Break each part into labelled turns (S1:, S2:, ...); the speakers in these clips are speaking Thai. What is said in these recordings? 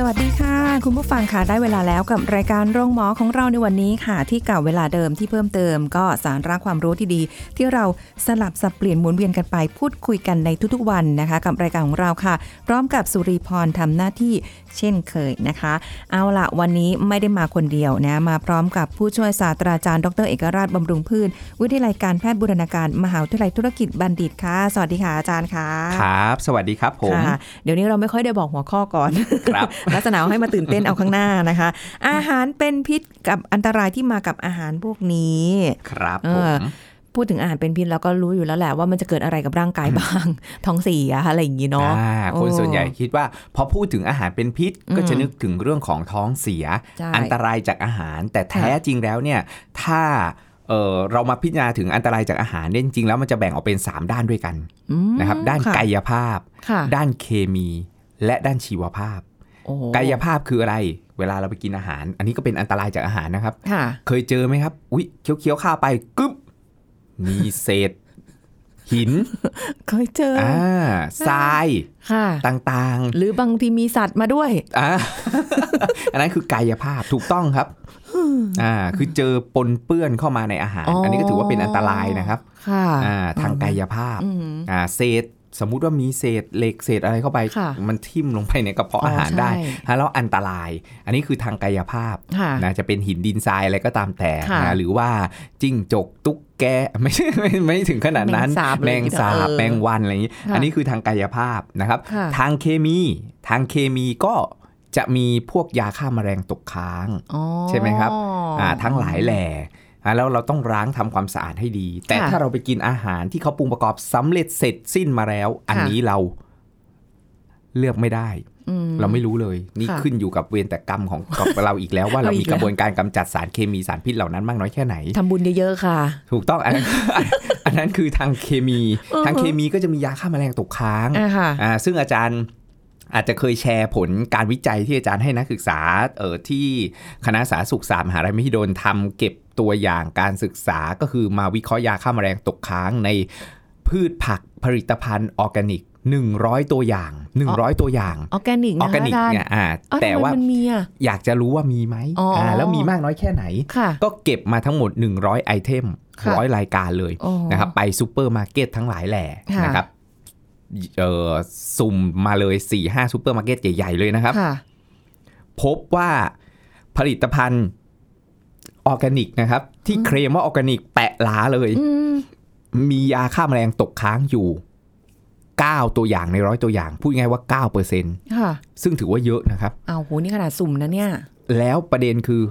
S1: สวัสดีค่ะ คุณผู้ฟังค่ะ ได้เวลาแล้วกับรายการโรงหมอของเราในวันนี้ค่ะ ที่เก่าเวลาเดิมที่เพิ่มเติม ก็สาระความรู้ที่ดี ที่เราสลับสับเปลี่ยนหมุนเวียนกันไปพูดคุยกันในทุกๆวันนะคะ กับรายการของเราค่ะ พร้อมกับสุริพรทำหน้าที่เช่นเคยนะคะ เอาละวันนี้ไม่ได้มาคนเดียวนะมาพร้อมกับผู้ช่วยศาสตราจารย์ดรเอกราชบำรุงพืชวิทยาลัยการแพทย์บูรณาการมหาวิทยาลัยธุรกิจบัณฑิตค่ะ สวัสดีค่ะอาจารย์ค่ะ
S2: ครับ สวัสดีครับผม
S1: ค่ะเดี๋ยวนี้เราไม่ค่อยได้บอกหัวข้อก่อน
S2: ครับ
S1: ลักษณะให้มาตื่นเต้นเอาข้างหน้านะคะ อาหารเป็นพิษกับอันตรายที่มากับอาหารพวกนี้
S2: ครับ
S1: เอ
S2: ผม
S1: อ พูดถึงอาหารเป็นพิษเราก็รู้อยู่แล้วแหละว่ามันจะเกิดอะไรกับร่างกายบ้าง ท้องเสียอะไรอย่างนี้เนาะ
S2: อ่าคน
S1: โอ้
S2: ส่วนใหญ่คิดว่าพอพูดถึงอาหารเป็นพิษ
S1: อืม
S2: ก็จะนึกถึงเรื่องของท้องเสีย
S1: ใช่
S2: อันตรายจากอาหาร แต่แท้จริงแล้วเนี่ยถ้าเอ่อเรามาพิจารณาถึงอันตรายจากอาหารเนี่ยจริงๆแล้วมันจะแบ่งออกเป็น 3 ด้านด้วยกันนะครับด้าน
S1: ค่ะ
S2: กายภาพ
S1: ค่ะ
S2: ด้านเคมี และด้านชีวภาพ
S1: โอ้โห
S2: กายภาพคืออะไร เวลาเราไปกินอาหาร อันนี้ก็เป็นอันตรายจากอาหารนะครับ
S1: ค่ะ
S2: เคยเจอไหมครับ อุ๊ยเคี้ยวๆข้าวไปกึ๊บมีเศษ หิน
S1: เคยเจออ
S2: อ่าทราย
S1: ค่ะ
S2: ต่าง
S1: หรือบางทีมีสัตว์มาด้วย
S2: ๆอ่า อันนั้นคือกายภาพถูกต้องครับอ่าคือเจอปนเปื้อนเข้ามาในอาหาร
S1: อ๋ออั
S2: อันนี้ก็ถือว่าเป็นอันตรายนะครับ
S1: ค่ะ
S2: อ่าทางกายภาพ
S1: อืม
S2: อ่าเศษสมมุติว่ามีเศษเหล็กเศษอะไรเข้าไป
S1: ค่ะ
S2: มันทิ่มลงไปในกระเพาะอาหาร
S1: อ๋อใช่
S2: ได้ฮะแล้วอันตราย อันนี้คือทางกายภาพ
S1: ค่ะ
S2: นะจะเป็นหินดินทรายอะไรก็ตามแต่
S1: ค่ะ
S2: นะหรือว่าจิ้งจกตุ๊ก แกไม่ใช่ไม่ไม่ถึงขนาดนั้น
S1: แมงสาบอะไรอย่างงี้เอ
S2: แมงสาบ
S1: อ
S2: แมงวันอะไรอย่างนี้
S1: ค่ะ
S2: อันนี้คือทางกายภาพนะครับ
S1: ค่ะ
S2: ทางเคมี ทางเคมีก็จะมีพวกยาฆ่าแมลงตกค้าง
S1: อ๋อ
S2: ใช่ไหมครับ อ่าทั้งหลายแหล่อ่ะแล้วเราต้องล้างทำความสะอาดให้ดี แต่
S1: ค่ะ
S2: ถ้าเราไปกินอาหารที่เขาปรุงประกอบสำเร็จเสร็จสิ้นมาแล้ว อันนี้เราเลือกไม่ได้
S1: อืม
S2: เราไม่รู้เลย นี่
S1: ค่ะ
S2: ขึ้นอยู่กับเวรแต่กรรมของ กับ เราอีกแล้วว่าเรา
S1: เราอี
S2: มี
S1: กแล้
S2: ก
S1: ว
S2: ระบวนการกำจัดสารเคมีสารพิษเหล่านั้นมากน้อยแค่ไหน
S1: ทำบุญเยอะๆค่ะ
S2: ถูกต้องอันนั้น อันนั้นคือทางเคมี
S1: อือฮึ
S2: ทางเคมีก็จะมียาฆ่าแมลงตกค้าง
S1: อ่าค่ะ
S2: อ่าซึ่งอาจารย์อาจจะเคยแชร์ผลการวิจัยที่อาจารย์ให้นักศึกษาเอ่อที่คณะสาธารณสุขศาสตร์มหาวิทยาลัยมหิดลทำเก็บตัวอย่างการศึกษาก็คือมาวิเคราะห์ยาฆ่าแมลงตกค้างในพืชผักผลิตภัณฑ์ออร์แกนิก 100 ตัวอย่าง 100 ตัวอย่าง
S1: ออร์แกนิก
S2: อ
S1: นะ
S2: อร์แก
S1: คะ
S2: นิก
S1: อาจารย์
S2: เนี่ยอ่า
S1: เอ้า
S2: แต่
S1: ทำไม
S2: ว่าม
S1: นมีอ่ะ
S2: อยากจะรู้ว่ามีไหม
S1: อ๋ออ่
S2: ่าแล้วมีมากน้อยแค่ไหน
S1: ค่ะ
S2: ก็เก็บมาทั้งหมด 100 ไอเทม
S1: ค่ะ
S2: ร้อยรายการเลย
S1: อ๋อ
S2: นะครับไปซูเปอร์มาร์เก็ตทั้งหลายแหล่
S1: ค่ะ
S2: นะครับเอ่อสุ่มมาเลย 4-5หซูเปอร์มาร์เก็ตใหญ่ ๆ เลยนะครับ
S1: ค่ะ
S2: พบว่าผลิตภัณฑ์ออร์แกนิกนะครับ ที่เคลมว่าออร์แกนิกแปะล้าเลย
S1: อืม
S2: มียาฆ่าแมลงตกค้างอยู่ 9 ตัวอย่างในร้อยตัวอย่าง พูดง่ายๆว่า 9%
S1: ค่ะ
S2: ซึ่งถือว่าเยอะนะครับ
S1: เอาโห นี่ขนาดสุ่มนะเนี่ย
S2: แล้วประเด็นคือ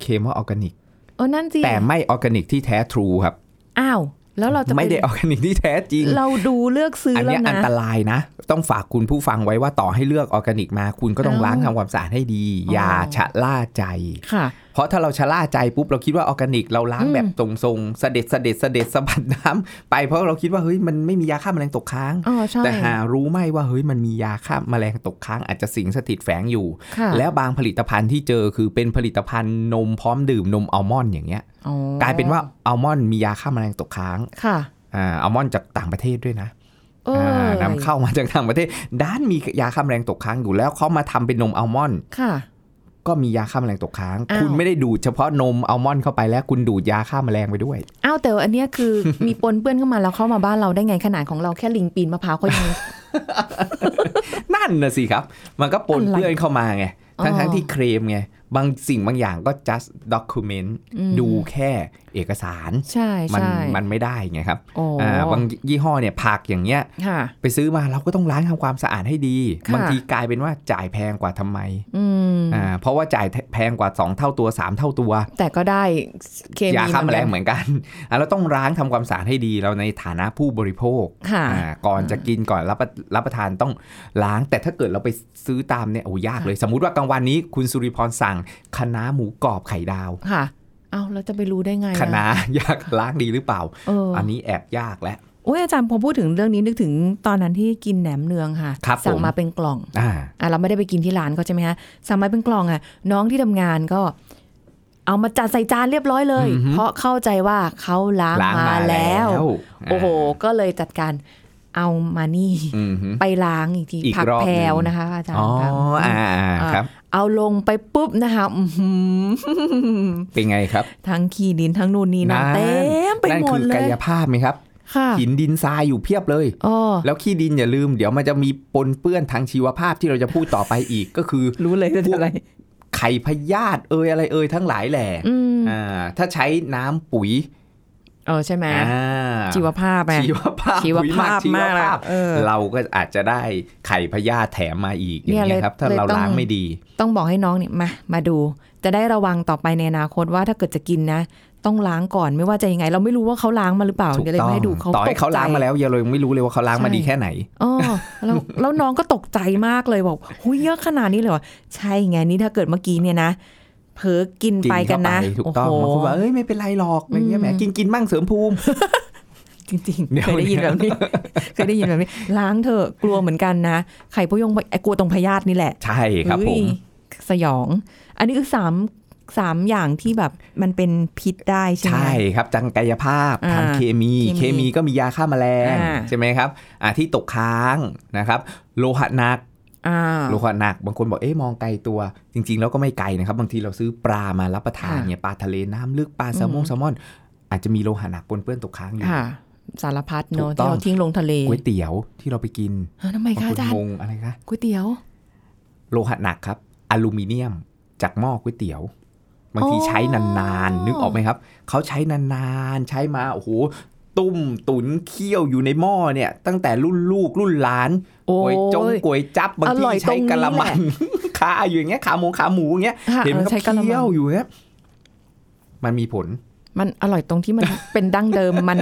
S2: เคมว่าออร์แกนิก
S1: เออ นั่นสิ
S2: แต่ไม่ออร์แกนิกที่แท้ทรูครับ
S1: อ้าว แล้วเราจะป
S2: ไม่ได้ออร์แกนิกที่แท้จริง
S1: เราดูเลือกซื้อ
S2: อัน
S1: แล้
S2: เนี้ยวอัน
S1: นะ
S2: ตรายนะ ต้องฝากคุณผู้ฟังไว้ว่าต่อให้เลือกออร์แกนิกมา คุณก็ต้อง
S1: เอ้า
S2: ล้างทำความสะอาดให้ดี
S1: อ๋ออ
S2: อย่าชะล่าใจ
S1: ค่ะ
S2: เพราะถ้าเราชะล่าใจปุ๊บเราคิดว่าออร์แกนิกเราล้าง
S1: อืม
S2: แบบตรงทรงๆเสด็จเสด็จเสด็จสะบัดน้ำไปเพราะเราคิดว่าเฮ้ยมันไม่มียาฆ่าแมลงตกค้าง
S1: อ๋อ ใช่
S2: แต่หารู้ไหมว่าเฮ้ยมันมียาฆ่าแมลงตกค้างอาจจะสิงสถิตแฝงอยู่
S1: ค่ะ
S2: แล้วบางผลิตภัณฑ์ที่เจอคือเป็นผลิตภัณฑ์นมพร้อมดื่มนมอัลมอนด์อย่างเงี้ย
S1: อ๋อก
S2: ลายเป็นว่าอัลมอนด์มียาฆ่าแมลงตกค้าง
S1: ค่ะ
S2: อ่าอัลมอนด์จากต่างประเทศด้วยนะ
S1: เอออ
S2: านำเข้ามาจากต่างประเทศ ด้านมียาฆ่าแมลงตกค้างอยู่แล้วเขามาทำเป็นนมอัลมอนด์
S1: ค่ะ
S2: ก็มียาฆ่าแมลงตกค้าง
S1: อ้าว
S2: คุณไม่ได้ดูดเฉพาะนมอัลมอนด์เข้าไปแล้วคุณดูดยาฆ่าแมลงไปด้วย
S1: อ้าว แต่อันเนี้ย คือ มีปนเปื้อนเข้ามาแล้วเข้ามาบ้านเราได้ไงขนาดของเราแค่ลิงปีนมะพร้าวเขา ยัง
S2: นั่นนะสิครับ มันก็ปนเปื้อนเข้ามาไง
S1: อ๋อ
S2: ทั้งทั้งที่เครมไง บางสิ่งบางอย่างก็ just document
S1: อืม
S2: ดูแค่เอกสาร
S1: ใช่
S2: มัน
S1: ใช่
S2: มันไม่ได้ไงครับ
S1: โอ้
S2: อ่าบางยี่ห้อเนี่ยผักอย่างเงี้ย
S1: ค่ะ
S2: ไปซื้อมาเราก็ต้องล้างทำความสะอาดให้ดี
S1: ค่ะ
S2: บางทีกลายเป็นว่าจ่ายแพงกว่าทำไม
S1: อืม
S2: อ่าเพราะว่าจ่ายแพงกว่า 2 เท่าตัว 3 เท่าตัว
S1: แต่ก็ได้เคมี
S2: ยาฆ่า
S1: เห
S2: แม
S1: มือนกั
S2: ลง
S1: น
S2: เหมือนกันอ่ะเราต้องล้างทำความสะอาดให้ดีเราในฐานะผู้บริโภค
S1: ค่ะ
S2: อ่าก่อนจะกินก่อนรับประรับประทานต้องล้าง แต่ถ้าเกิดเราไปซื้อตามเนี่ยโอ้ยากเลย สมมุติว่ากลางวันนี้คุณสุริพรสั่งคะน้าหมูกรอบไข่ดาว
S1: ค่ะ เอาเราจะไปรู้ได้ไง
S2: คะ
S1: นะ
S2: น้ายากล้างดีหรือเปล่า
S1: เออ
S2: อันนี้แอบยากแล้ว
S1: โอ้ยอาจารย์พอพูดถึงเรื่องนี้นึกถึงตอนนั้นที่กินแหนมเนืองค่ะ
S2: ครับ
S1: สั่ง
S2: ผม
S1: มาเป็นกล่อง
S2: อ่า
S1: อ่ะเราไม่ได้ไปกินที่ร้านเขาใช่ไหมฮะสั่งมาเป็นกล่องอ่ะ น้องที่ทำงานก็ เอามาจัดใส่จานเรียบร้อยเลย
S2: อือหือ
S1: เพราะเข้าใจว่าเขาล้าง
S2: ล้างมา
S1: มาแล้
S2: แล้ว ว
S1: โอ้โห ก็เลยจัดการเอามานี่
S2: อืมฮึ
S1: ไปล้างอีกที
S2: อีก
S1: ผัก
S2: รอบหนึ่
S1: แพ
S2: ง
S1: รวนะคะอาจาร
S2: อ๋อ
S1: ย์ครับ
S2: อ่าอ่าครับ
S1: เอาลงไปปุ๊บนะคะอื้อหือ
S2: เป็นไงครับ
S1: ทั้งขี้ดินทั้งนู่นนี่นั่น
S2: นั่น
S1: เต็มไป
S2: นั่น
S1: หม
S2: คื
S1: ด
S2: อ
S1: เล
S2: กาย ยภาพไหมครับ
S1: ค่ะ
S2: หินดินทรายอยู่เพียบเลย
S1: อ๋อ
S2: แล้วขี้ดินอย่าลืม เดี๋ยวมันจะมีปนเปื้อนทางชีวภาพที่เราจะพูดต่อไปอีก ก็คือ
S1: รู้เลย
S2: พว
S1: จะ
S2: ก
S1: อะไร
S2: ไข่พยาธิเอยอะไรเอยทั้งหลายแหล่
S1: อืม
S2: อ่าถ้าใช้น้ำปุ๋ย
S1: เออใช่ไหม
S2: อ่า
S1: ชีวภาพไหม
S2: ชีวภาพ
S1: ชีวภาพ
S2: ปุ๋ยหกชีว
S1: มาก
S2: ภาพ
S1: นะเออ
S2: เราก็อาจจะได้ไข่พยาธิแถมมาอีกอย่าง
S1: เนี่ย
S2: เงี้
S1: เลย
S2: ยครับ ถ้า
S1: เลย
S2: เรา
S1: ต้อง
S2: ล้างไม่ดี
S1: ต้องบอกให้น้องเนี่ยมามาดู จะได้ระวังต่อไปในอนาคตว่าถ้าเกิดจะกินนะ ต้องล้างก่อนไม่ว่าจะยังไง เราไม่รู้ว่าเขาล้างมาหรือเปล่า
S2: ถูก
S1: เดี๋ยวเลย
S2: ต้อ
S1: ไม่
S2: ง
S1: ให้ดูเขา
S2: ต่อให้เขา
S1: ตกใจ
S2: ล้างมาแล้วอย่าเลยไม่รู้เลยว่าเขาล้างมา
S1: ใช่
S2: ดีแค่ไหน
S1: อ๋อแล้วแล้วน้องก็ตกใจมากเลยบอกหุยเยอะขนาดนี้เลยเหรอใช่ไงนี่ถ้าเกิดเมื่อกี้เนี่ยนะเผลอกิน
S2: กิน
S1: ไปกั
S2: เข้าน ไป
S1: นะ
S2: ถูกต้อง
S1: โอ้
S2: บาง
S1: โห
S2: คนว่าเอ้ยไม่เป็นไรหรอกอะไรเงี้ยแหม
S1: อืม
S2: กินกินมั่งเสริมภูมิ
S1: จริง
S2: เดี๋
S1: ๆ
S2: ยว
S1: เคยได้ยินแบบ นี้ เคยได้ยินแบบนี้ ล้างเถอะกลัวเหมือนกันนะไข่พยงไอ้กลัวตรงพยาธินี่แหละ
S2: ใช่ครับผ
S1: เฮ้ย
S2: ม
S1: สยอง อันนี้คือสามสามอย่างที่แบบมันเป็นพิษได้ใช่ไหม
S2: ใช่ครับจังกายภาพ
S1: อ่า
S2: ทางเคมี
S1: เคมี
S2: เคมีก็มียาฆ่าแมลง
S1: อ่า
S2: ใช่ไหมครับอ่ะที่ตกค้างนะครับ โลหะหนัก
S1: อ่า
S2: โลหะหนัก บางคนบอกเอ๊ะมองไกลตัว จริง ๆ แล้วก็ไม่ไกลนะครับ บางทีเราซื้อปลามารับประทาน
S1: ค่ะ
S2: เนี่ยปลาทะเลน้ำลึกปลาแซลม
S1: อื
S2: ง
S1: ม
S2: แซลมอน อาจจะมีโลหะหนักปนเปื้อนตกค้างอยู่
S1: ค่ะ สารพัดเนอะ
S2: ถูกต้
S1: ที่เรา
S2: อง
S1: ทิ้งลงทะเล
S2: ก๋วยเตี๋ยวที่เราไปกิน
S1: เอ้าทำไม
S2: บาง
S1: คะ
S2: ค
S1: อาน จารย์
S2: งงอะไรคะ
S1: ก๋วยเตี๋ยว
S2: โลหะหนักครับอลูมิเนียมจากหม้อก๋วยเตี๋ยวบางที
S1: อ๋อ
S2: ใช้นานๆนึกออกไหมครับเขาใช้นานๆใช้มาโอ้โหตุ้มตุนเคี่ยวอยู่ในหม้อเนี่ย ตั้งแต่รุ่นลูกรุ่นหลาน
S1: โอ้
S2: ก๋วยจงก๋วยจับบาง
S1: อร่อ
S2: ที
S1: ยตร
S2: ใช้
S1: งนี้
S2: กะละมั
S1: แห
S2: ง
S1: ละ
S2: คาอยู่อย่างเงี้ยขาหมูขาหมูอย่างเงี้ย
S1: ค่ะ
S2: เห็นไหม
S1: อ
S2: ค
S1: อ
S2: รับ
S1: ใช้กะละมั
S2: เคี่ย
S1: ง
S2: วอยู่อย่างเงี้ยมันมีผล
S1: มันอร่อยตรงที่มัน เป็นดั้งเดิมมัน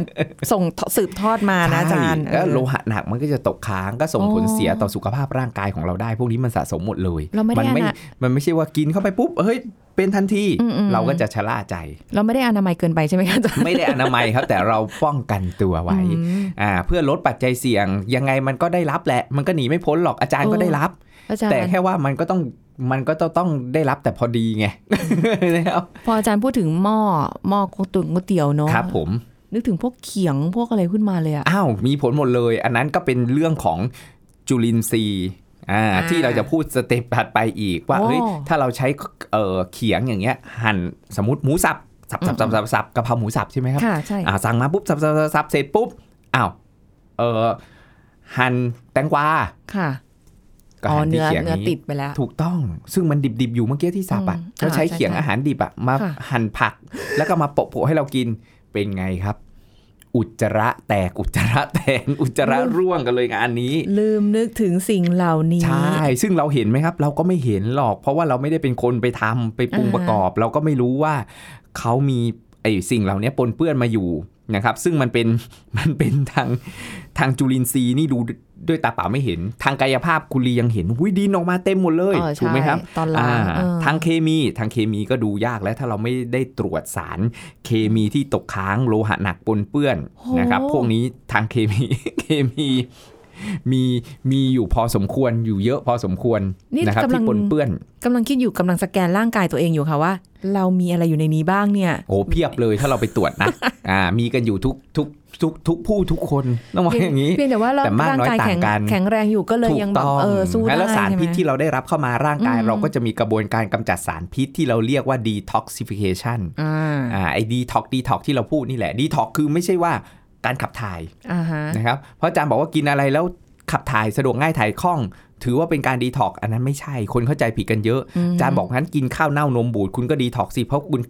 S1: ส่งสืบทอดมานะอาจารย์
S2: ใช่แล้ว
S1: เออ
S2: โลหะหนักมันก็จะตกค้างก็ส่ง
S1: อ๋อ
S2: ผลเสียต่อสุขภาพร่างกายของเราได้ พวกนี้มันสะสมหมดเลย
S1: เราไม่ได้
S2: นไม่
S1: อนา
S2: มันไม่ใช่ว่ากินเข้าไปปุ๊บเฮ้ยเป็นทันที
S1: อืมๆ
S2: เราก็จะชะล่าใจ
S1: เราไม่ได้อนามัยเกินไปใช่ไหมคะอาจารย์
S2: ไม่ได้อนามัยครับ แต่เราป้องกันตัวไว้
S1: อืม
S2: อ่าเพื่อลดปัจจัยเสี่ยง ยังไงมันก็ได้รับแหละ มันก็หนีไม่พ้นหรอกอาจารย์
S1: เออ
S2: ก็ได้รับ
S1: อาจาร
S2: แต่
S1: ย์
S2: แค่ว่ามันก็ต้องมันก็ต้องได้รับแต่พอดีไง นะครับ
S1: พออาจารย์พูดถึงหม้อหม้อก๋วยตุ๋นก๋วยเตี๋ยวเนาะ
S2: ครับผม
S1: นึกถึงพวกเขียงพวกอะไรขึ้นมาเลยอะ
S2: อ้าวมีผลหมดเลย อันนั้นก็เป็นเรื่องของจุลินทรีย์อ่า
S1: อ่า
S2: ที่เราจะพูดสเต็ปถัดไปอีกว่า
S1: โอ้
S2: เฮ้ยถ้าเราใช้เอ่อเขียงอย่างเงี้ยหั่นสมมติหมูสับสับสับสับสับสับกะเพราหมูสับใช่ไหมครับ
S1: ค่ะใช่
S2: อ่าสั่งมาปุ๊บสับสับสับสับเสร็จปุ๊บอ้าวเออหั่นแตงกวา
S1: ค่ะ
S2: ก็
S1: อ๋อ
S2: หั่นที่
S1: เนื้อ
S2: เขียง
S1: เนื้อติ
S2: นี้
S1: ดไปแล้ว
S2: ถูกต้อง ซึ่งมันดิบๆอยู่เมื่อกี้ที่สับอ่ะ
S1: อืม
S2: ก็ใช้
S1: อ่าใช่
S2: เขียง
S1: ใช่
S2: อาหารดิบอ่ะมา
S1: ค่ะ
S2: หั่นผัก แล้วก็มาโปะๆให้เรากินเป็นไงครับ อุจจาระแตกอุจจาระแตกอุจจาระร่วงกันเลยงานนี้
S1: ลืมนึกถึงสิ่งเหล่านี้
S2: ใช่ ซึ่งเราเห็นไหมครับ เราก็ไม่เห็นหรอก เพราะว่าเราไม่ได้เป็นคนไปทำไปปรุง
S1: อ่าฮะ
S2: ประกอบ เราก็ไม่รู้ว่าเขามีไอ้สิ่งเหล่านี้ปนเปื้อนมาอยู่นะครับ ซึ่งมันเป็น มันเป็นทางทางจุลินทรีย์นี่ดูด้วยตาเปล่าไม่เห็น ทางกายภาพกุลียังเห็นหุยดินออกมาเต็มหมดเลย
S1: เออใช่
S2: ถูกไหมครับ
S1: ตอนล้าง
S2: า
S1: เออ
S2: ทางเคมีทางเคมีก็ดูยากแล้วถ้าเราไม่ได้ตรวจสารเคมีที่ตกค้างโลหะหนักปนเปื้อนนะครับพวกนี้ทางเคมี เคมี มีมีอยู่พอสมควรอยู่เยอะพอสมควร
S1: นี่
S2: นะครับ
S1: กำลัง
S2: ที่ปนเปื้อน
S1: กำลังคิดอยู่กำลังสแกนร่างกายตัวเองอยู่ค่ะว่า เรามีอะไรอยู่ในนี้บ้างเนี่ย
S2: โอ้เพียบเลยถ้าเราไปตรวจนะ อ่ามีกันอยู่ทุกทุกทุกทุกผู้ทุกคนต้องว่าอย่างนี้
S1: เพียงแต่ว่าเรา
S2: แต่มาก
S1: ร่าง
S2: น้อย
S1: กาย
S2: ต่าง
S1: แข็ง
S2: กัน
S1: แข็งแรงอยู่ก็เลย
S2: ถูก
S1: ยังแบบ
S2: ต้อง
S1: เออสู้ได้
S2: แล้วสาร
S1: ใช่ไหม
S2: พิษที่เราได้รับเข้ามาร่างกาย
S1: อืม
S2: เราก็จะมีกระบวนการกำจัดสารพิษที่เราเรียกว่า detoxification
S1: อ่า
S2: อ่าไอ้ detox detox ที่เราพูดนี่แหละ detox คือไม่ใช่ว่าการขับถ่าย
S1: อ่าฮะ
S2: นะครับเพราะอาจารย์บอกว่ากินอะไรแล้ว ขับถ่ายสะดวกง่ายถ่ายคล่อง ถือว่าเป็นการดีท็อกอันนั้นไม่ใช่คนเข้าใจผิดกันเยอะ
S1: ม
S2: อาจารย์บอกงั้นกินข้าวเน่านมบูดคุณก็ดีท็อกสิเพราะคุณ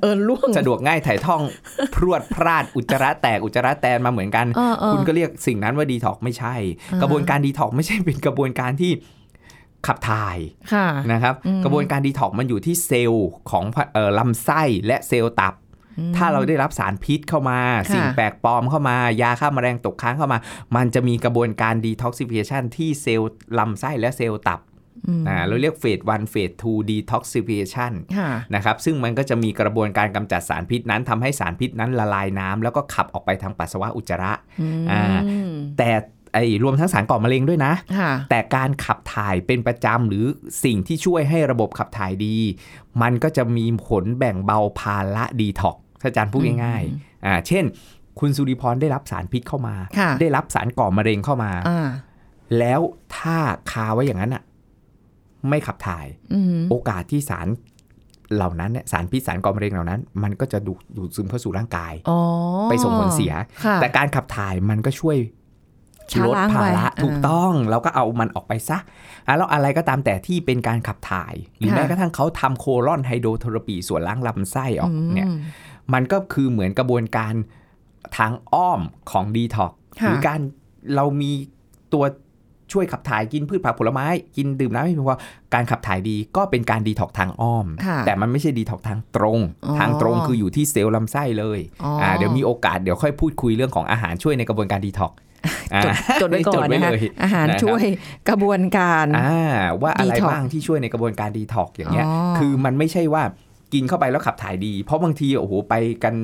S1: เออล่วง
S2: สะดวกง่ายถ่ายท่อง พรวดพลาดอุจจาระแตกอุจจาระแตนมาเหมือนกัน
S1: เออเออ
S2: คุณก็เรียกสิ่งนั้นว่าดีท็อกไม่ใช่
S1: อ่าฮะ
S2: กระบวนการดีท็อกไม่ใช่เป็นกระบวนการที่ขับถ่าย
S1: ค่ะ
S2: นะครับ
S1: อืม
S2: กระบวนการดีท็อกมันอยู่ที่เซลล์ของผเอ่อลำไส้และเซลล์ตับ
S1: อืม
S2: ถ้าเราได้รับสารพิษเข้ามา
S1: ค่ะ
S2: สิ่งแปลกปลอมเข้ามา ยาฆ่าแมลงตกค้างเข้ามา มันจะมีกระบวนการดีท็อกซิฟิเคชันที่เซลล์ลำไส้และเซลล์ตับ
S1: อืม
S2: อ่าเราเรียกเฟส1เฟส2ดีท็อกซิฟิเคชัน
S1: ค่ะ
S2: นะครับซึ่งมันก็จะมีกระบวนการกำจัดสารพิษนั้นทำให้สารพิษนั้นละลายน้ำแล้วก็ขับออกไปทางปัสสาวะอุจจาระ อ่า
S1: อืม
S2: แต่ไอ้รวมทั้งสารก่อมะเร็งด้วยนะ
S1: ค่ะ
S2: แต่การขับถ่ายเป็นประจำหรือสิ่งที่ช่วยให้ระบบขับถ่ายดี มันก็จะมีผลแบ่งเบาภาระดีท็อกซ์ถ้าอาจารย์พูดง่ายๆอ่าเช่น คุณสุริพรได้รับสารพิษเข้ามา
S1: ค่ะ
S2: ได้รับสารก่อมะเร็งเข้ามา
S1: อ่า
S2: แล้วถ้าคาไว้อย่างนั้นอ่ะไม่ขับถ่าย
S1: อืม
S2: โอกาสที่สารเหล่านั้นเนี่ยสารพิษสารก่อมะเร็งเหล่านั้น มันก็จะดูดดูดซึมเข้าสู่ร่างกาย
S1: อ๋อ
S2: ไปส่งผลเสีย
S1: ค่ะ
S2: แต่การขับถ่ายมันก็ช่วย
S1: ชะ
S2: ลด
S1: ล้าง
S2: ภา
S1: ไว้
S2: ระ
S1: อ่า
S2: ถูกต้องแล้วก็เอามันออกไปซะอ่ะแล้วอะไรก็ตามแต่ที่เป็นการขับถ่าย หรือ
S1: ค่ะ
S2: แม้กระทั่งเขาทำโคลอนไฮโดรเทอราปีส่วนล้างลำไส้ออกเนี่ย
S1: อืม
S2: มันก็คือเหมือนกระบวนการทางอ้อมของดีท็อกห
S1: ค่ะ
S2: รือการเรามีตัวช่วยขับถ่ายกินพืชผักผลไม้ กินดื่มน้ำให้เพียงพอการขับถ่ายดีก็เป็นการดีท็อกทางอ้อม
S1: ค่ะ
S2: แต่มันไม่ใช่ดีท็อกทางตรง
S1: อ๋อ
S2: ทางตรงคืออยู่ที่เซลล์ลำไส้เลย
S1: อ๋ออ
S2: อ่าเดี๋ยวมีโอกาสเดี๋ยวค่อยพูดคุยเรื่องของอาหารช่วยในกระบวนการดีท็อก
S1: จดจดไว้ก่อนนะคะอาหาร
S2: นะครับ
S1: ช่วยกระบวนการ
S2: อ่าว่าอะไร
S1: detox
S2: บ้างที่ช่วยในกระบวนการดีท็อกอย่างเงี้ย
S1: อ๋อ
S2: คือมันไม่ใช่ว่ากินเข้าไปแล้วขับถ่ายดี เพราะบางทีโอ้โหไปกัน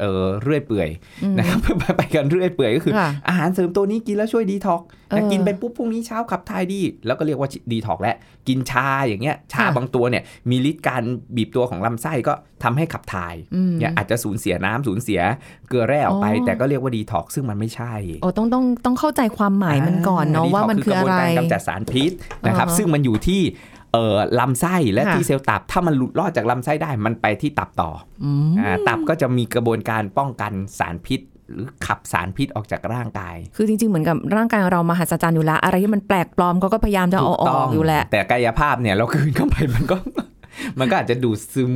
S2: เออเรื่อยเปื่อย
S1: อืม
S2: นะครับ ไปกันเรื่อยเปื่อยก็คือ
S1: ค่ะ
S2: อาหารเสริมตัวนี้กินแล้วช่วยดีท็อก
S1: เออ
S2: กินไปปุ๊บพรุ่งนี้เช้าขับถ่ายดี แล้วก็เรียกว่าดีท็อกแล้วกินชาอย่างเงี้ยชา
S1: ค่ะ
S2: บางตัวเนี่ยมีฤทธิ์การบีบตัวของลำไส้ก็ทำให้ขับถ่าย
S1: อืม
S2: เนี่ยอาจจะสูญเสียน้ำสูญเสียเกลือแร่ออกไป
S1: อ๋อ
S2: แต่ก็เรียกว่าดีท็อกซึ่งมันไม่ใช่
S1: โอ้ต้องต้องต้องเข้าใจความหมายมันก่อนเนาะว่ามันคืออะไร
S2: ดีท็กคืกระบวนการกำจัดสารพิษนะครับ
S1: อ่าฮะ
S2: ซึ่งมันอยู่ที่เอ่อลำไส้และ
S1: ค่ะ
S2: ที่เซลล์ตับ ถ้ามันหลุดรอดจากลำไส้ได้มันไปที่ตับต่อ
S1: อืม
S2: ออ่าตับก็จะมีกระบวนการป้องกันสารพิษ หรือขับสารพิษออกจากร่างกาย
S1: คือจริงๆ เหมือนกับร่างกายเรามหัศจรรย์อยู่แล้ว อะไรที่มันแปลกปลอมเขาก็พยายามจะเอาออกอยู่แหละ
S2: แต่กายภาพเนี่ยเราคืนเข้าไปมันก็ มันก็อาจจะดูดซึม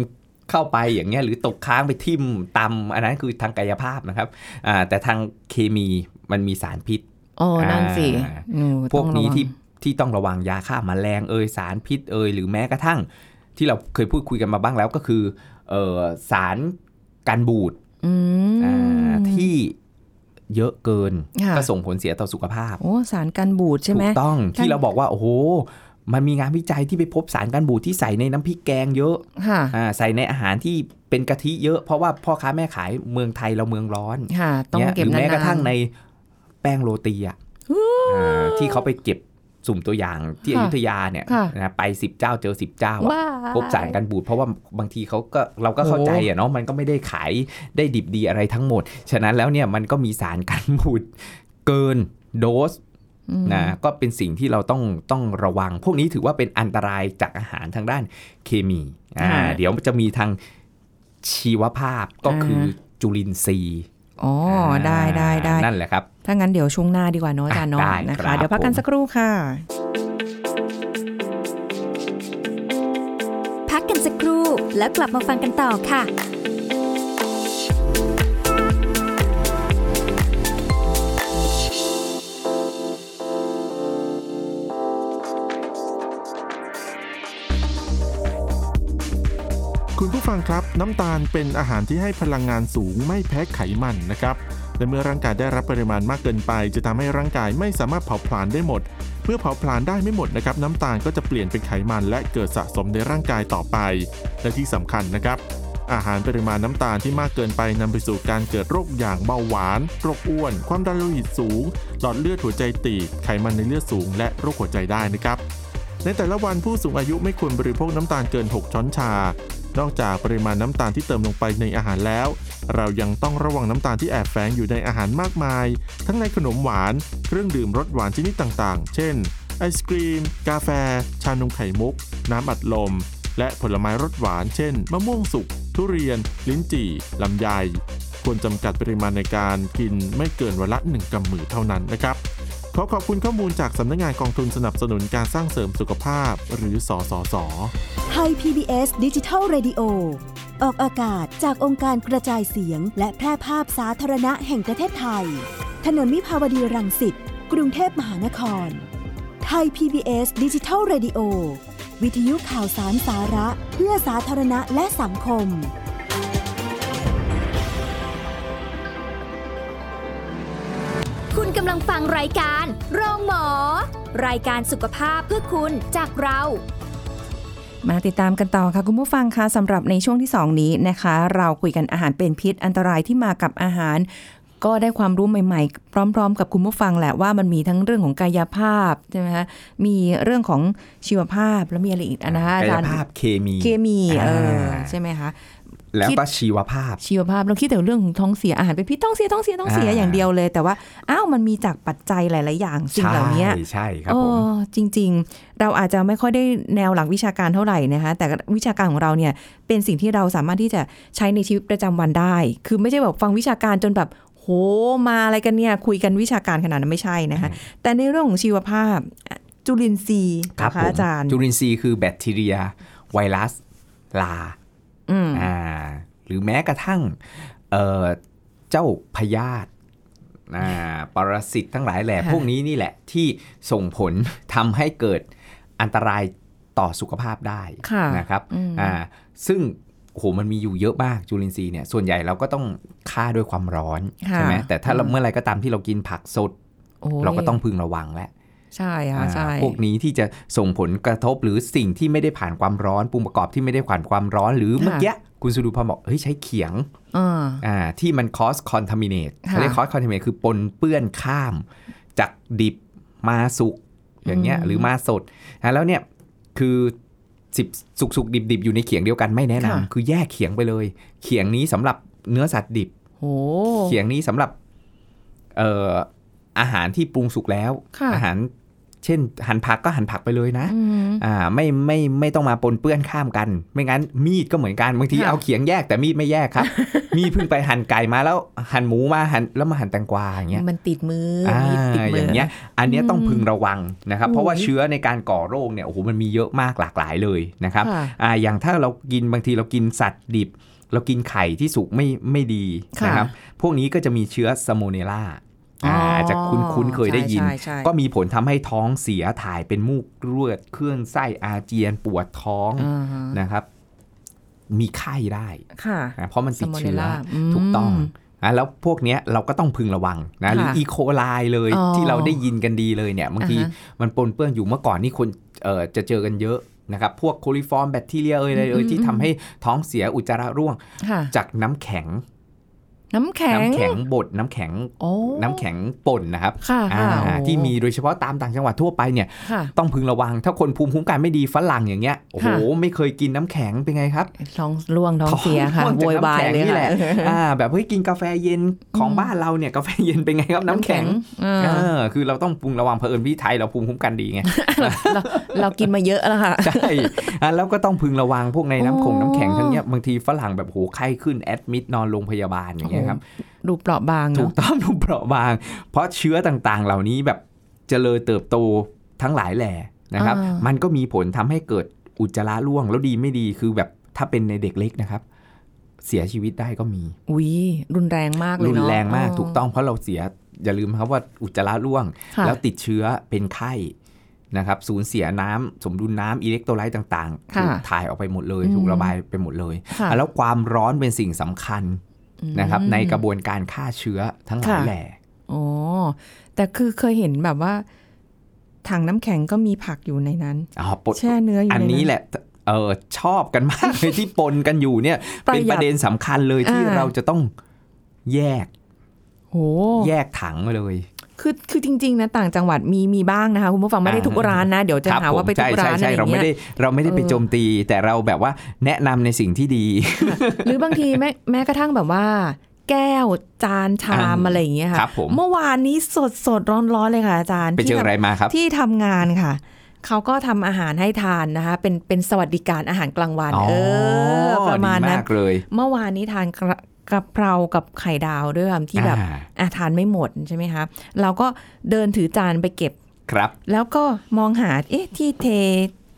S2: เข้าไปอย่างเงี้ยหรือตกค้างไปทิ่มตำอันนั้นคือทางกายภาพนะครับอ่าแต่ทางเคมีมันมีสารพิษ
S1: โอ้นั่นสิ
S2: อ่า
S1: หนู
S2: พวกนี้
S1: ต้องระง
S2: ที่ที่ต้องระวังยาฆ่าแมลงเอยสารพิษเอยหรือแม้กระทั่ง ที่เราเคยพูดคุยกันมาบ้างแล้วก็คือเออสารกันบูด
S1: อืม
S2: อ่าที่เยอะเกิน
S1: ค่ะ
S2: ก็ส่งผลเสียต่อสุขภาพ
S1: โอ้สารกันบูดใช่
S2: ถู
S1: ไหม
S2: กต้อง
S1: การ
S2: ที่เราบอกว่าโอ้โหมันมีงานวิจัยที่ไปพบสารกันบูดที่ใส่ในน้ำพริกแกงเยอะ
S1: ค่ะ
S2: อ่าใส่ในอาหารที่เป็นกะทิเยอะ เพราะว่าพ่อค้าแม่ขายเมืองไทยเราเมืองร้อน
S1: ค่ะ ต้อง
S2: นี่ย
S1: เก็บ
S2: หรื
S1: นา
S2: แม้
S1: นๆ
S2: กระทั่งในแป้งโรตีอ่ะอ่าที่เขาไปเก็บสุ่มตัวอย่างที่อ
S1: ค่ะ
S2: ยุธยาเนี่ย
S1: ค่ะ
S2: นะไปสิบเจ้าเจอสิบเจ้าอะ
S1: ว้า
S2: พบสารกันบูดเพราะว่าบางทีเขาก็เราก็เข้าใจอ่ะเนาะมันก็ไม่ได้ขายได้ดิบดีอะไรทั้งหมด ฉะนั้นแล้วเนี่ยมันก็มีสารกันบูดเกินโดส
S1: อืม
S2: นะก็เป็นสิ่งที่เราต้องต้องระวัง พวกนี้ถือว่าเป็นอันตรายจากอาหารทางด้านเคมีอ่าเดี๋ยวจะมีทางชีวภาพก็คือจุลินทรีย์
S1: อ๋อได้ได้ได้
S2: นั่นแหละครับ
S1: ถ้างั้นเดี๋ยวช่วงหน้าดีกว่าเนาะอาจารย์เนาะ
S2: ได้
S1: นะ
S2: ครั
S1: คะ
S2: บ
S1: เดี๋ยวพักกันสักครู่ค่ะ
S3: พักกันสักครู่แล้วกลับมาฟังกันต่อค่ะ
S4: คุณผู้ฟังครับ น้ำตาลเป็นอาหารที่ให้พลังงานสูงไม่แพ้ไขมันนะครับและเมื่อร่างกายได้รับปริมาณมากเกินไป จะทำให้ร่างกายไม่สามารถเผาผลาญได้หมด เมื่อเผาผลาญได้ไม่หมดนะครับ น้ำตาลก็จะเปลี่ยนเป็นไขมันและเกิดสะสมในร่างกายต่อไป และที่สำคัญนะครับ อาหารปริมาณน้ำตาลที่มากเกินไปนำไปสู่การเกิดโรคอย่างเบาหวาน โรคอ้วน ความดันโลหิตสูง หลอดเลือดหัวใจตีบไขมันในเลือดสูง และโรคหัวใจได้นะครับ ในแต่ละวันผู้สูงอายุไม่ควรบริโภคน้ำตาลเกิน 6 ช้อนชา นอกจากปริมาณน้ำตาลที่เติมลงไปในอาหารแล้ว เรายังต้องระวังน้ำตาลที่แอบแฝงอยู่ในอาหารมากมาย ทั้งในขนมหวาน เครื่องดื่มรสหวานชนิดต่างๆ เช่น ไอศกรีม กาแฟ ชานมไข่มุก น้ำอัดลม และผลไม้รสหวาน เช่น มะม่วงสุก ทุเรียน ลิ้นจี่ ลำไย ควรจำกัดปริมาณในการกินไม่เกินวันละ 1กำมือเท่านั้นนะครับ ขอขอบคุณข้อมูลจากสำนักงานกองทุนสนับสนุนการสร้างเสริมสุขภาพ หรือสสส
S5: ไทย PBS ดิจิทัล Radio ออกอากาศจากองค์การกระจายเสียง และแพร่ภาพสาธารณะแห่งประเทศไทย ถนนมิภาวดีรังสิต กรุงเทพมหานคร ไทย PBS ดิจิทัล Radio วิทยุข่าวสารสาระเพื่อสาธารณะและสังคม
S3: คุณกำลังฟังรายการโรงหมอ รายการสุขภาพเพื่อคุณจากเรา
S1: มาติดตามกันต่อค่ะคุณผู้ฟังคะสำหรับในช่วงที่ 2 นี้นะคะ เราคุยกันอาหารเป็นพิษอันตรายที่มากับอาหาร ก็ได้ความรู้ใหม่ๆ พร้อม ๆ กับคุณผู้ฟังแหละว่ามันมีทั้งเรื่องของกายภาพใช่ไหมคะมีเรื่องของชีวภาพแล้วมีอะไรอีกนะคะอกจ
S2: าย
S1: รย์
S2: ภาพเคมี
S1: เคมีเออ
S2: อ่า
S1: ใช่ไหมคะ
S2: แล้วก็ชีวภาพ
S1: ชีวภาพเราคิดแต่เรื่องของท้องเสียอาหารเป็นพิษท้องเสียท้องเสียท้องเสีย
S2: อ่า
S1: อย่างเดียวเลย แต่ว่าอ้าวมันมีจากปัจจัยหลาย ๆ อย่างสิ่งเหล่านี้
S2: ใช่ใช่ครับผม
S1: โอ้จริง ๆ เราอาจจะไม่ค่อยได้แนวหลักวิชาการเท่าไหร่นะคะแต่วิชาการของเราเนี่ยเป็นสิ่งที่เราสามารถที่จะใช้ในชีวิตประจำวันได้ คือไม่ใช่แบบฟังวิชาการจนแบบโหมาอะไรกันเนี่ยคุยกันวิชาการขนาดนั้นไม่ใช่นะคะแต่ในเรื่องของชีวภาพจุลินทรีย์
S2: ครับ
S1: นะ
S2: ผ
S1: คะ
S2: ม
S1: อาจารย์
S2: จุลินทรีย์คือแบคทีเรีย ไวรัส ลา
S1: อืม
S2: อ่าหรือแม้กระทั่งเอ่อเจ้าพยาธิอ่าปรสิตทั้งหลายแหละพวกนี้นี่แหละที่ส่งผล ทำให้เกิดอันตรายต่อสุขภาพได้
S1: ค่ะ
S2: นะครับ
S1: อืม
S2: อ่าซึ่งโอ้โหมันมีอยู่เยอะมากจุลินทรีย์เนี่ยส่วนใหญ่เราก็ต้องฆ่าด้วยความร้อน
S1: ค่ะ
S2: ใช่ไหมแต่ถ้าเรา
S1: อืม
S2: เมื่อไหรก็ตามที่เรากินผักสด
S1: โย
S2: เราก็ต้องพึงระวังแล้ว
S1: ใช่ค่ะ
S2: อ่า
S1: ใช่
S2: พวกนี้ที่จะส่งผลกระทบหรือสิ่งที่ไม่ได้ผ่านความร้อนปรุงประกอบที่ไม่ได้ผ่านความร้อนหรือ
S1: ค่ะ
S2: เมื่อกี้คุณสุดูพรบอกเฮ้ยใช้เขียง
S1: อ่า
S2: อ่าที่มัน cause contaminate
S1: ค่ะ
S2: เขาเรียก cause contaminate คือปนเปื้อนข้าม จากดิบมาสุกอย่างเงี้ย
S1: อืม
S2: หรือมาสดนะแล้วเนี่ยคือสิบสุกสุกดิบดิบๆ อยู่ในเขียงเดียวกันไม่แนะนำคือแยกเขียงไปเลย เขียงนี้สำหรับเนื้อสัตว์ดิบ
S1: โห
S2: เขียงนี้สำหรับเอ่ออาหารที่ปรุงสุกแล้ว
S1: ค่ะ
S2: อาหารเช่น หั่นผักก็หั่นผักไปเลยนะ
S1: อืม
S2: อ่าไม่ไม่ไม่ต้องมาปนเปื้อนข้ามกัน ไม่งั้นมีดก็เหมือนกันบางที
S1: ค่ะ
S2: เอาเขียงแยกแต่มีดไม่แยก ครับ มีดเพิ่งไปหั่นไก่มาแล้วหั่นหมูมาหั่นแล้วมาหั่นแตงกวาอย่างเงี้ย
S1: มันติดมืออ
S2: อ่า
S1: มีดติดมื
S2: อ
S1: อ
S2: ย่างเงี้ยอันเนี้ยต้องพึงระวังนะครับ เพราะว่า
S1: โอ้ย
S2: เชื้อในการก่อโรคเนี่ยโอ้โหมันมีเยอะมากหลากหลายเลยนะครับ
S1: ค่ะ
S2: อ่าอย่างถ้าเรากินบางทีเรากินสัตว์ดิบ เรากินไข่ที่สุกไม่ไม่ดี
S1: ค่ะ
S2: นะครับพวกนี้ก็จะมีเชื้อสโมเนล่าอ่า
S1: อ๋ออ
S2: อาจจะคุ้นๆเคยได้ยิน
S1: ใช่ใช่ใช่
S2: ก็มีผลทำให้ท้องเสียถ่ายเป็นมูกเลือดเคลื่อนไส้อาเจียนปวดท้อง
S1: อ่าฮะ
S2: นะครับ มีไข้ได้
S1: ค่ะ
S2: นะเพราะมันติดเชื้อ
S1: Salmonella ม
S2: ถูกต้องนะแล้วพวกเนี้ยเราก็ต้องพึงระวังนะหรือ
S1: ค่ะ
S2: อีโคไลเลย
S1: อ๋อ
S2: ที่เราได้ยินกันดีเลยเนี่ยบางที
S1: อ่าฮะ
S2: มันปนเปื้อนอยู่เมื่อก่อนนี่คนเอ่อจะเจอกันเยอะนะครับ พวกโคลิฟอร์มแบคทีเรียเอ่ยอะไรเอ่ย
S1: อืม
S2: ที่
S1: อืม
S2: ทำให้ท้องเสียอุจจาระร่วง
S1: ค่ะ
S2: จากน้ำแข็ง
S1: น้ำแข็ง
S2: น้ำแข็งบดน้ำแข็ง
S1: โอ้
S2: น้ำแข็งป่นนะครับ
S1: ค่ะ
S2: อ่า
S1: ค่ะโอ้
S2: ที่มีโดยเฉพาะตามต่างจังหวัดทั่วไปเนี่ย
S1: ค่ะ
S2: ต้องพึงระวัง ถ้าคนภูมิคุ้มกันไม่ดีฝรั่งอย่างเงี้ยโอ้โห
S1: ค่ะ
S2: ไม่เคยกินน้ำแข็งเป็นไงครับ
S1: ท้องร่วงท้องเสียค่ะ
S2: ท้อง
S1: โว
S2: ร่
S1: ยว
S2: งจ
S1: วาย
S2: ก
S1: เลย
S2: น้ำแข็งนี่แหละ
S1: ค่ะ
S2: อ่าแบบเฮ้ยกินกาแฟเย็นของบ้านเราเนี่ยกาแฟเย็นเป็นไงครับน้ำแข็ง
S1: เออ
S2: เออคือเราต้องปรุงระวังเผอิญพี่ไทยเราภูมิคุ้มกันดีไง
S1: เราเรากินมาเยอะแล้วค่ะ
S2: ใช่อ่ะแล้วก็ต้องพึงระวังพวกในน้ำคง
S1: โอ้
S2: น้ำแข็งทั้งเนี้ยบางทีฝรั่งแบบโหไข้ขึ้นแอดมิดนอนโรงพยาบาลอย่างเงี้ยครับ
S1: ดูเปราะบาง
S2: ถู
S1: เนาะ
S2: กต้อง ดูเปราะบาง เพราะเชื้อต่างๆ เหล่านี้แบบเจริญเติบโตทั้งหลายแหล่นะครับ มันก็มีผลทำให้เกิดอุจจาระร่วงแล้วดีไม่ดีคือแบบถ้าเป็นในเด็กเล็กนะครับ เสียชีวิตได้ก็มี
S1: อุ้ยรุนแรงมากเลย
S2: รุน
S1: เนาะ
S2: แรงมาก
S1: เ
S2: ถูกต้องเพราะเราเสียอย่าลืมนะครับว่าอุจจาระร่วง
S1: ค่ะ
S2: แล้วติดเชื้อเป็นไข้นะครับสูญเสียน้ำสมดุลน้ำอิเล็กโทรไลต์ต่างๆ
S1: ค่ะ
S2: ถูกถ่ายออกไปหมดเลย
S1: อืม
S2: ถูกระบายไปหมดเลย
S1: ค่ะ
S2: อ่ะแล้วความร้อนเป็นสิ่งสำคัญนะครับ
S1: อืม
S2: ในกระบวนการฆ่าเชื้อทั้งหลาย
S1: ค่ะ
S2: แหล่
S1: อ๋อแต่คือเคยเห็นแบบว่า ถังน้ำแข็งก็มีผักอยู่ในนั้น
S2: อ๋อปด
S1: แช่เนื้ออยู่
S2: อัน
S1: ใ
S2: นี้แหละเออชอบกันมากเลยที่ปนกันอยู่เนี่ย เป็น
S1: ห
S2: ป
S1: ยัด
S2: ระเด็นสำคัญเลยที่
S1: อ่า
S2: เราจะต้องแยก
S1: โห
S2: แยกถังมาเลย
S1: คือคือจริง ๆ นะต่างจังหวัดมีมีบ้างนะคะคุณผู้ฟังไม่ได้
S2: อ่า
S1: ทุกร้านนะ เดี๋ยวจะ
S2: ครับ
S1: หาว่า
S2: ผม
S1: ไปทุก
S2: ใช่
S1: ร้าน
S2: ใช่
S1: อะไรอ
S2: ใช่เรา
S1: ย่าง
S2: ไม่
S1: เงี้ย
S2: ได้เราไม่ได้ไป
S1: เออ
S2: โจมตี แต่เราแบบว่าแนะนำในสิ่งที่ ดี
S1: หรือบางทีแม้แม้กระทั่งแบบว่า แก้วจานชาม
S2: อ่า
S1: อะไรอย่างเงี้ยค่ะ
S2: ครับผม
S1: เมื่อวานนี้สดสดร้อนร้อนๆเลยค่ะอาจารย์
S2: ไปเจ
S1: ที่
S2: อ
S1: ทำ
S2: อะไรมาครับ
S1: ที่ทำงานค่ะ เขาก็ทำอาหารให้ทานนะคะ เป็นเป็นสวัสดิการอาหารกลางวัน เออ ประมาณ
S2: ดี
S1: นั้น
S2: มากเลย
S1: เมื่อวานนี้ทานกระ กะเพรากับไข่ดาวด้วยความที่แบบ
S2: อ่า
S1: อ่ะทานไม่หมดใช่ไหมคะเราก็เดินถือจานไปเก็บ
S2: ครับ
S1: แล้วก็มองหาเอ๊ะที่เท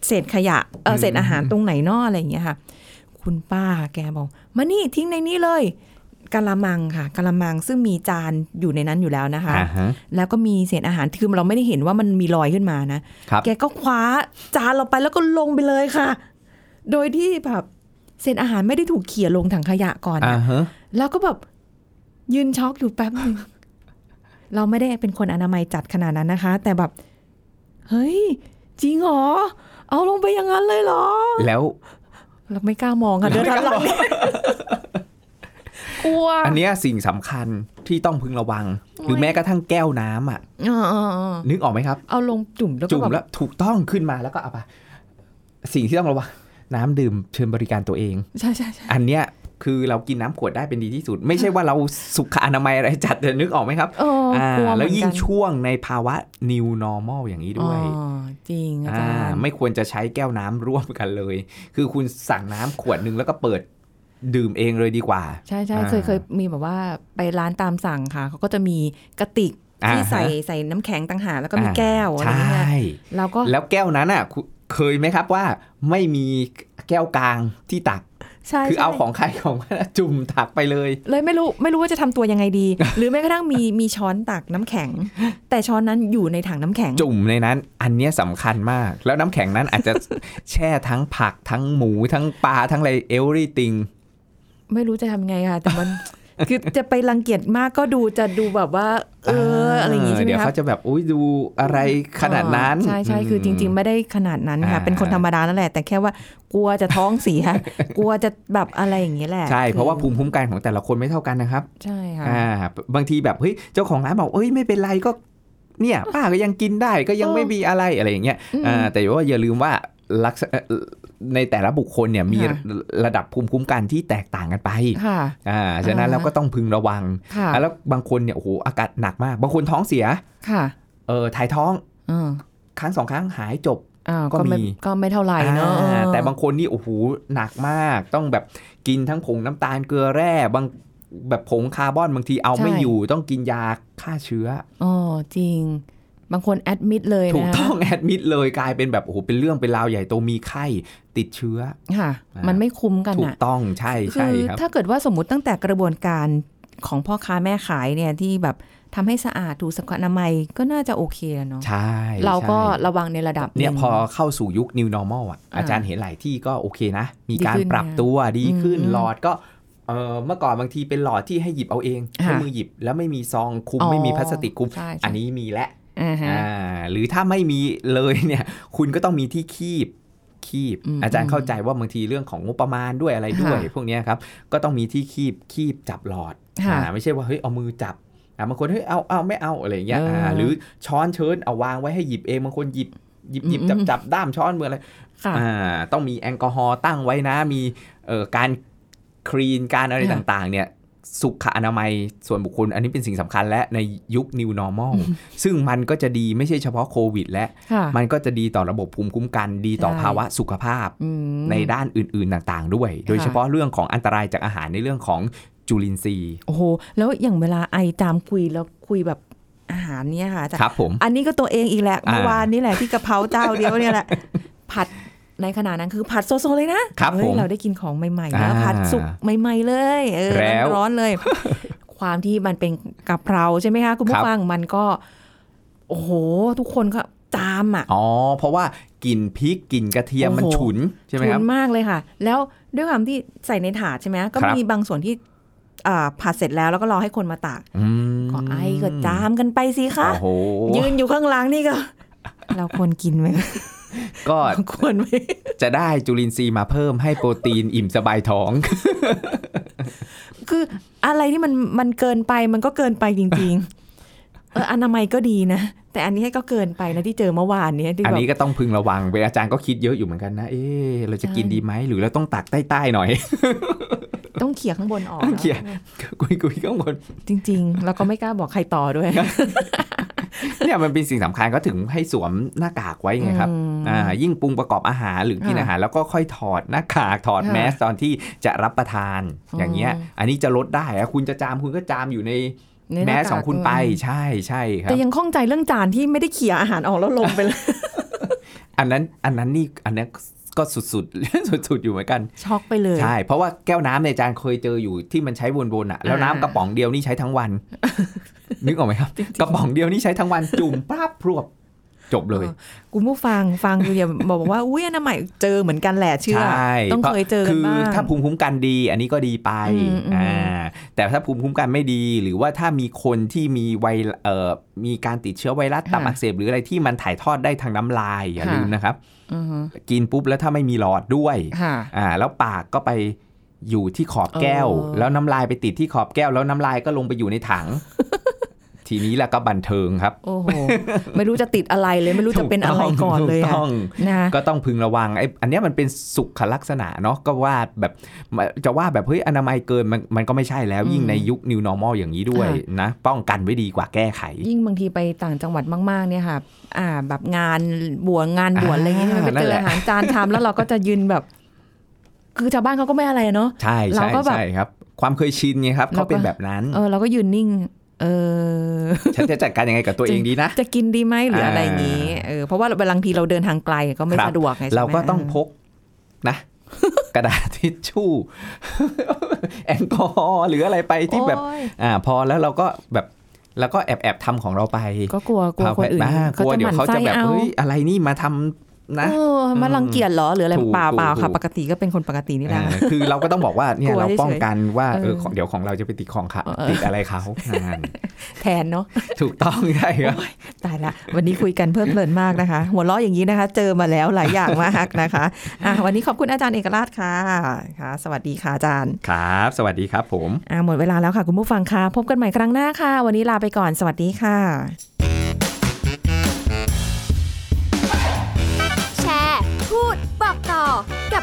S1: เศษขยะเออ
S2: ม
S1: เศษอาหารตรงไหนนออะไรอย่างเงี้ยค่ะ คุณป้าแกบอกมานี่ทิ้งในนี้เลยกะละมังค่ะกะละมังซึ่งมีจานอยู่ในนั้นอยู่แล้วนะคะ
S2: อ่าฮะ
S1: แล้วก็มีเศษอาหารคือเราไม่ได้เห็นว่ามันมีรอยขึ้นมานะ
S2: ครับ
S1: แกก็คว้าจานเราไปแล้วก็ลงไปเลยค่ะ โดยที่แบบเศษอาหารไม่ได้ถูกเขี่ยลงถังขยะก่อน
S2: อ่า
S1: นะ
S2: ฮะ
S1: แล้วก็แบบยืนช็อกอยู่แป๊บห นึง เราไม่ได้เป็นคนอนามัยจัดขนาดนั้นนะคะ แต่แบบ เฮ้ย จริงเหรอ เอาลงไปอย่างนั้นเลยเหรอ
S2: แล้ว
S1: เราไม่กล้ามอง ค่ะเดินทันหลังเนี่ย กลัว
S2: อันเนี้ยสิ่งสำคัญที่ต้องพึงระวัง หรือแม้กระทั่งแก้วน้ำอ่ะ
S1: อ่าๆ
S2: นึกออกไหมครับ
S1: ๆเอาลงจุ่มแล้วก็
S2: จุ่ม
S1: แบบ
S2: แล้วถูกต้องขึ้นมาแล้วก็เอาไปสิ่งที่ต้องระวังน้ำดื่มเชิญบริการตัวเอง
S1: ใช่ใช่ใช่
S2: อันเนี้ยคือเรากินน้ำขวดได้เป็นดีที่สุด ไม่ใช่ว่าเราสุขอนามัยอะไรจัดเดี๋ยวนึกออกไหมครับ
S1: เออ
S2: อ่าก
S1: ลัวเหมื
S2: แล้
S1: อ
S2: วนยิ่
S1: กั
S2: ง
S1: น
S2: ช่วงในภาวะ new normal อย่างนี้ด้วย
S1: อ๋อจริงอาจา
S2: อ่าร
S1: ย์
S2: ไม่ควรจะใช้แก้วน้ำร่วมกันเลย คือคุณสั่งน้ำขวดหนึ่งแล้วก็เปิดดื่มเองเลยดีกว่า
S1: ใช่ใช่
S2: อ่า
S1: เคยเคยมีแบบว่าไปร้านตามสั่งค่ะเขาก็จะมีกระติกที่
S2: อ่าฮะ
S1: ใส่ใส่น้ำแข็งต่างหากแล้วก็มี
S2: อ่า
S1: แก้วอะไรอย่างเงี้ย
S2: ใช่
S1: เราก็
S2: แล้วแก้วนั้นอ่ะคุณเคยไหมครับว่าไม่มีแก้วกลางที่ตัก
S1: ใช่
S2: คือ
S1: ใช่
S2: เอาของใครของมันอะ จุ่มตักไปเลย
S1: เลยไม่รู้ไม่รู้ว่าจะทำตัวยังไง ดี หรือแม้กระทั่งมีมีช้อนตักน้ำแข็ง แต่ช้อนนั้นอยู่ในถังน้ำแข็ง
S2: จุ่มในนั้น อันเนี้ยสำคัญมาก แล้วน้ำแข็งนั้นอาจจะ แช่ทั้งผักทั้งหมูทั้งปลาทั้งอะไร everything
S1: ไม่รู้จะทำไงค่ะ แต่มัน คือจะไปรังเกียจมากก็ดูจะดูแบบว่า เอออะไรอย่างงี้ใช่ไหม
S2: เดี๋ยว
S1: คะ
S2: เขาจะแบบอุ้ยดูอะไรขนาดนั้น
S1: อ๋อใช่ใช่คือจริง ๆ ไม่ได้ขนาดนั้นค่ะ
S2: อ่า
S1: เป็นคนธรรมดานั่นแหละ แต่แค่ว่ากลัวจะท้องเสี ย กลัวจะแบบอะไรอย่างเงี้ยแหละ
S2: ใช่เพราะว่า
S1: คือ
S2: ภูมิคุ้มกันของแต่ละคนไม่เท่ากันนะครับ
S1: ใช่ค่ะ
S2: อ่าบางทีแบบเฮ้ยเจ้าของร้านบอกเอ้ยไม่เป็นไรก็ เนี่ยป้าก็ยังกินได้ก็ยังไม่มีอะไรอะไรอย่างเงี้ย
S1: อืม
S2: อ่าแต่ว่าอย่าลืมว่าลักษณะเอ่อในแต่ละบุคคลเนี่ยมี
S1: ค่ะ
S2: ระดับภูมิคุ้มกันที่แตกต่างกันไป
S1: ค่ะ
S2: อ่าฉะนั้น
S1: อ่า
S2: เราก็ต้องพึงระวัง
S1: ค่ะ
S2: อ่ะแล้วบางคนเนี่ยโอ้โหอาการหนักมาก บางคนท้องเสีย
S1: ค่ะ
S2: เออถ่ายท้อง
S1: อืม
S2: ครั้งสองครั้งหายจบ
S1: อ่า
S2: ก็
S1: ก็ไม่
S2: มี
S1: ก็ไม่เท่าไหร่เนอะเอ
S2: อ่า
S1: อ
S2: แต่บางคนนี่โอ้โหหนักมาก ต้องแบบกินทั้งผงน้ำตาลเกลือแร่บางแบบผงคาร์บอนบางทีเอาไม่อยู่ต้องกินยาฆ่าเชื้อ
S1: อ๋อจริง บางคนแอดมิดเลยนะ
S2: ถูกต้องแอดมิดเลยกลายเป็นแบบโอ้โหเป็นเรื่องเป็นราวใหญ่โตมีไข้ติดเชื้อ
S1: ค่ะ
S2: อ่ามั
S1: มันไม่คุ้มกัน
S2: ถูก
S1: อ่ะ
S2: ต้องใช่
S1: คื
S2: ใช่
S1: อ
S2: ครับ
S1: ถ้าเกิดว่าสมมติตั้งแต่กระบวนการของพ่อค้าแม่ขายเนี่ยที่แบบทำให้สะอาดถูกสุขอนามัยก็น่าจะโอเคแล้วเนาะ
S2: ใช่
S1: เราก็
S2: ใช่
S1: ระวังในระดับ
S2: เนี่ย
S1: หง
S2: พอเข้าสู่ยุค new normal อ่ะ
S1: อ่า
S2: อาจารย์เห็นหลายที่ก็โอเคนะ มี
S1: ดี
S2: การ
S1: ขึ้น
S2: ปรับตัวดีขึ้น
S1: อืม
S2: หลอดก็เออเมื่อก่อนบางทีเป็นหลอดที่ให้หยิบเอาเอง
S1: ค่ะ
S2: ใช้มือหยิบแล้วไม่มีซองคุม
S1: อ๋อ
S2: ไม่มีพลาสติกคุม
S1: ใช่ใช่
S2: อันนี้มีแล้ว
S1: อ่าฮะ
S2: อ่าหรือถ้าไม่มีเลยเนี่ย คุณก็ต้องมีที่คีบคีบ
S1: อืม
S2: อาจารย์เข้าใจว่าบางทีเรื่องของงบประมาณด้วยอะไรด้วย
S1: ค่ะ
S2: พวกเนี้ยครับก็ต้องมีที่คีบคีบจับหลอด
S1: ค่ะ
S2: อ่าไม่ใช่ว่าเฮ้ยเอามือจับอ่าบางคนเฮ้ยเอาเอาไม่เอาอะไรอย่างเงี้ย
S1: เอออ่
S2: าหรือช้อนเชิญเอาวางไว้ให้หยิบเองบางคนหยิบ หยิบหยิบ
S1: อืม
S2: จับ
S1: อืม
S2: จับด้ามช้อนมืออะไร
S1: ค่ะ
S2: อ่าต้องมีแอลกอฮอล์ตั้งไว้นะ มีเอ่อการคลีนการอะไร
S1: ค่ะ
S2: ต่างๆ เนี่ย สุขอนามัยส่วนบุคคล อันนี้เป็นสิ่งสำคัญและในยุค new normal ซึ่งมันก็จะดีไม่ใช่เฉพาะโควิด และ
S1: ค่ะ
S2: มันก็จะดีต่อระบบภูมิคุ้มกัน ดีต่อ
S1: ใช่
S2: ภาวะสุขภาพ
S1: อืม
S2: ในด้านอื่นๆต่างๆ ด้วย โดย
S1: ค่ะ
S2: เฉพาะเรื่องของอันตรายจากอาหารในเรื่องของจุลินทรีย์
S1: โอ้โหแล้วอย่างเวลาไอจามคุยแล้วคุยแบบอาหารเนี่ยค่ะอาจารย์
S2: ครับผม
S1: อันนี้ก็ตัวเองอีกแหละ
S2: อ่า
S1: เมื่อวานนี่แหละที่กะเพราเจ้าเดียวเนี่ยแห ละ ผัดในขณะนั้นคือผัดโซโซเลยนะครับ เฮ้
S2: ผ
S1: ย
S2: ม
S1: เราได้กินของใหม่ๆ
S2: อ่า
S1: นะผัดสุกใหม่ ๆ เลยเออ
S2: แล้ว
S1: ร้อนๆเลย ความที่มันเป็นกะเพราใช่ไหมคะคุณ
S2: ครั
S1: ผู้
S2: บ
S1: ฟังมันก็ โอ้โห ทุกคนก็ตามอ่ะ
S2: อ๋อเพราะว่ากลิ่นพริกกลิ่นกระเทียมมัน
S1: โอ้โห
S2: ฉุนใช่ไหมครับ
S1: นมากเลยค่ะ แล้วด้วยความที่ใส่ในถาดใช่ไหมก็
S2: ครับ
S1: มีบางส่วนที่อ่าผัดเสร็จแล้วแล้วก็รอให้คนมาตาก
S2: อืม
S1: ก็ไอ้ก็จามกันไปสิคะ
S2: โอ้โห
S1: ยืนอยู่ข้างหล้างนี่ก็ เราควรกินไหม
S2: ก็
S1: ควรไหม
S2: จะได้จุลินทรีย์มาเพิ่มให้โปรตีนอิ่มสบายท้อง
S1: คืออะไรที่มันมันเกินไปมันก็เกินไปจริง ๆ เอออนามัยก็ดีนะ แต่อันนี้ก็เกินไปนะที่เจอเมื่อวานเนี้ยที่
S2: อัน
S1: แบบ
S2: นี้ก็ต้องพึงระวังเวลาอาจารย์ก็คิดเยอะอยู่เหมือนกันนะ เอ๊ะเราจะกินดีไหม หรือเราต้องตักใต้ๆหน่อย
S1: ต้องเขี่ยข้างบนออก
S2: ต้องเขี่ย
S1: นะ
S2: กุยๆข้างบน
S1: จริง ๆ แล้วก็ไม่กล้าบอกใครต่อด้วย
S2: เนี่ยมันเป็นสิ่งสำคัญก็ถึงให้สวมหน้ากากไว้ไงครับ
S1: อืม
S2: อ่ายิ่งปรุงประกอบอาหารหรือกิน
S1: ค่ะ
S2: อาหารแล้วก็ค่อยถอดหน้ากากถอด
S1: ค่ะ
S2: แมสตอนที่จะรับประทาน
S1: อืม
S2: อย่างเงี้ย อันนี้จะลดได้อะคุณจะจามคุณก็จามอยู่ใน
S1: ในห
S2: แม
S1: น้ากาก
S2: สของคุณไปใช่ใช่ครับ
S1: แต่ยังข้องใจเรื่องจานที่ไม่ได้เขี่ยอาหารออกแล้วลงไปเลย
S2: อันนั้นอันนั้นนี่อันนั้นก็สุดๆ สุดๆอยู่เหมือนกัน
S1: ช็อกไปเลย
S2: ใช่ เพราะว่าแก้วน้ำในยอาจารย์เคยเจออยู่ที่มันใช้วนๆอ่ะแล้วน้ำ
S1: อ่าก
S2: ระป๋องเดียวนี่ใช้ทั้งวัน นึกออกไหมครับ กระป๋องเดียวนี่ใช้ทั้งวันจุ่มปราบพรวบจบเลย
S1: เออ คุณผู้ฟังฟังอยู่อย่าบอกว่าอุ้ยอนามัยเจอเหมือนกันแหละเชื่อ
S2: ใช่
S1: ต้องเคยเจอกันบ้าง
S2: คือถ้าภูมิคุ้มกันดีอันนี้ก็ดีไป
S1: อืมอืม
S2: แต่ถ้าภูมิคุ้มกันไม่ดี หรือว่าถ้ามีคนที่มีไวรัสเอ่อมีการติดเชื้อไวรัสตับอักเสบหรืออะไรที่มันถ่ายทอดได้ทางน้ำลายอย่าลืมนะครับ
S1: อือฮึ
S2: กินปุ๊บแล้วถ้าไม่มีหลอดด้วย
S1: ค่ะ
S2: อ่าแล้วปากก็ไปอยู่ที่ขอบแก้ว
S1: เออ
S2: แล้วน้ำลายไปติดที่ขอบแก้ว แล้วน้ำลายก็ลงไปอยู่ใน ถัง ทีนี้ล่ะก็บันเทิงครับ
S1: โอ้โห ไม่รู้จะติดอะไรเลยไม่รู้จะเป็นอะไรก่อนเลย
S2: ถู
S1: อะ
S2: ต้อง
S1: นะ
S2: ก็ต้องพึงระวังไอ้อันเนี้ยมันเป็นสุขลักษณะเนาะก็ว่าแบบจะว่าแบบเฮ้ยอนามัยเกินมันมันก็ไม่ใช่แล้วยิ่ง
S1: อืม
S2: ในยุค new normal อย่างนี้ด้วย
S1: ค่ะ
S2: นะ ป้องกันไว้ดีกว่าแก้ไข
S1: ยิ่งบางทีไปต่างจังหวัดมากๆเนี่ยค่ะ อ่า แบบงานบวชงานบวชอะไรอย่างเงี้ย
S2: อ่า
S1: มันไปเจ
S2: นั่น
S1: อ
S2: แหละ
S1: อาหารจานชามแล้วเราก็จะยืนแบบ คือชาวบ้านเขาก็ไม่อะไรอะเนาะ
S2: ใช่
S1: เรา
S2: ใช่
S1: ก็แบบ
S2: ใช่ครับ ความเคยชินไงครับ
S1: เรา
S2: เขา
S1: ก็
S2: เป็นแบบนั้น
S1: เออเราก็ยืนนิ่ง เออ
S2: ฉันจะจัดการยังไงกับตัวเองดีนะ
S1: จะกินดีไหมหรืออะไรอย่างงี้เออเพราะว่าบางทีเราเดินทางไกลก็ไม่
S2: ครับ
S1: สะดวกไงใช่ไหม
S2: เราก็ต้องพกนะ กระดาษทิชชู่ แอลกอฮอล์หรืออะไรไปที่แบบ
S1: โอ้ย
S2: อ่า พอแล้วเราก็แบบแล้วก็แอบแอบทำของเราไป
S1: ก็กลัวกลัวคนอื่น
S2: อ่ากลัวเดี๋ยวเขาจะแบบ
S1: หมั่น
S2: เฮ้ย
S1: ไส้
S2: อะไรนี่มาทำนะ
S1: เออมารังเกียจเหรอหรืออะไร
S2: ถูก
S1: เปล่าเปล่า
S2: ถูก
S1: ค่ะ ปกติก็เป็นคนปกตินี่แหละ
S2: อ่าคือเราก็ต้องบอกว่าเนี่
S1: ก
S2: ย
S1: ลัว
S2: เราป้องกันว่า
S1: เฉยๆ
S2: เออของเดี๋ยวของเราจะไปติดของเขา
S1: เออเออ
S2: ติดอะไรเขานั่น
S1: แทนเนาะ
S2: ถูกต้อง ใช่ครับ
S1: ตายละวันนี้คุยกันเพลิดเพลินมากนะคะ หัวเราะอย่างนี้นะคะ เจอมาแล้วหลายอย่างมากนะคะอ่ะวันนี้ขอบคุณอาจารย์เอกราชค่ะค่ะ สวัสดีค่ะอาจารย์
S2: ครับ สวัสดีครับผม
S1: อ่ะหมดเวลาแล้วค่ะคุณผู้ฟังค่ะพบกันใหม่ครั้งหน้าค่ะ วันนี้ลาไปก่อนสวัสดีค่ะ
S3: แชร์ พูด บอกต่อ กับ